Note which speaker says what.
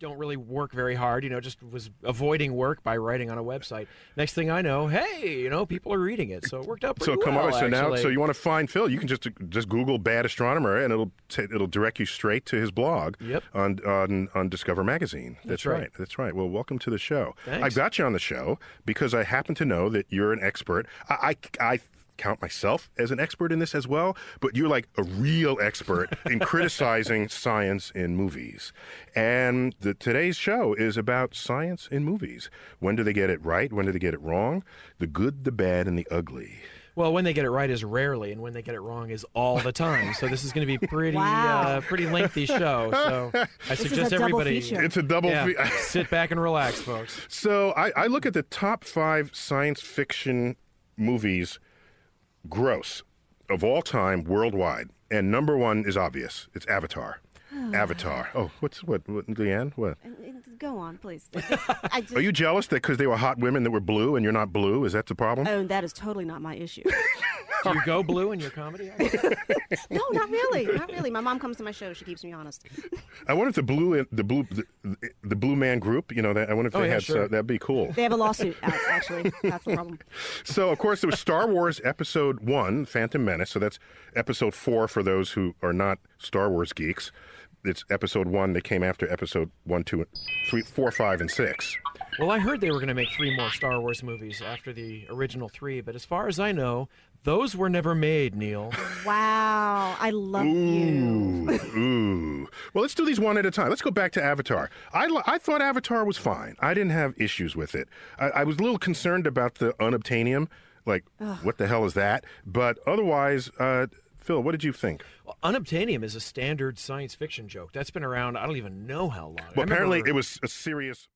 Speaker 1: don't really work very hard. You know, just was avoiding work by writing on a website. Next thing I know, hey, you know, people are reading it, so it worked out pretty
Speaker 2: So come
Speaker 1: well.
Speaker 2: on. So now,
Speaker 1: actually.
Speaker 2: so you want to find Phil? You can just just Google "bad astronomer" and it'll t- it'll direct you straight to his blog
Speaker 1: Yep.
Speaker 2: on on on Discover Magazine. That's,
Speaker 1: right.
Speaker 2: That's right. Well, welcome to the show.
Speaker 1: Thanks.
Speaker 2: I got you on the show because I happen to know that you're an expert. I I, I count myself as an expert in this as well, but you're like a real expert in criticizing science in movies. And the, today's show is about science in movies. When do they get it right? When do they get it wrong? The good, the bad, and the ugly.
Speaker 1: Well, when they get it right is rarely, and when they get it wrong is all the time. So this is going to be pretty,
Speaker 3: Wow.
Speaker 1: uh, pretty lengthy show. So I
Speaker 3: is a
Speaker 1: suggest
Speaker 3: double
Speaker 1: everybody
Speaker 3: feature.
Speaker 2: It's a double.
Speaker 1: yeah,
Speaker 2: fe-
Speaker 1: sit back and relax, folks.
Speaker 2: so I, I look at the top five science fiction movies, gross, of all time worldwide, and number one is obvious. It's Avatar. Avatar. Oh, what's what, what? Leanne, what?
Speaker 3: Go on, please. I just,
Speaker 2: Are you jealous that because they were hot women that were blue and you're not blue? Is that the problem?
Speaker 3: Oh, that is totally not my issue.
Speaker 1: Do you go blue in your comedy?
Speaker 3: no, not really. Not really. My mom comes to my show. She keeps me honest.
Speaker 2: I wonder if the blue, the blue, the, the blue man group. You know that. I wonder if they
Speaker 1: Oh, yeah,
Speaker 2: had.
Speaker 1: sure.
Speaker 2: So, that'd be cool.
Speaker 3: They have a lawsuit out, actually. That's the problem.
Speaker 2: So, of course, there was Star Wars Episode 1, Phantom Menace. So that's Episode 4 for those who are not Star Wars geeks. It's Episode 1 that came after Episode 1, 2, 3, 4, 5, and 6.
Speaker 1: Well, I heard they were going to make three more Star Wars movies after the original three, but as far as I know, those were never made, Neil.
Speaker 3: Wow. I love you.
Speaker 2: Ooh, ooh. Well, let's do these one at a time. Let's go back to Avatar. I, li- I thought Avatar was fine. I didn't have issues with it. I, I was a little concerned about the unobtainium. Like, what the hell is that? But otherwise, uh, Phil, what did you think?
Speaker 1: Well, Unobtainium is a standard science fiction joke that's been around. I don't even know how long. I
Speaker 2: Well, apparently,
Speaker 1: remember-
Speaker 2: it was a serious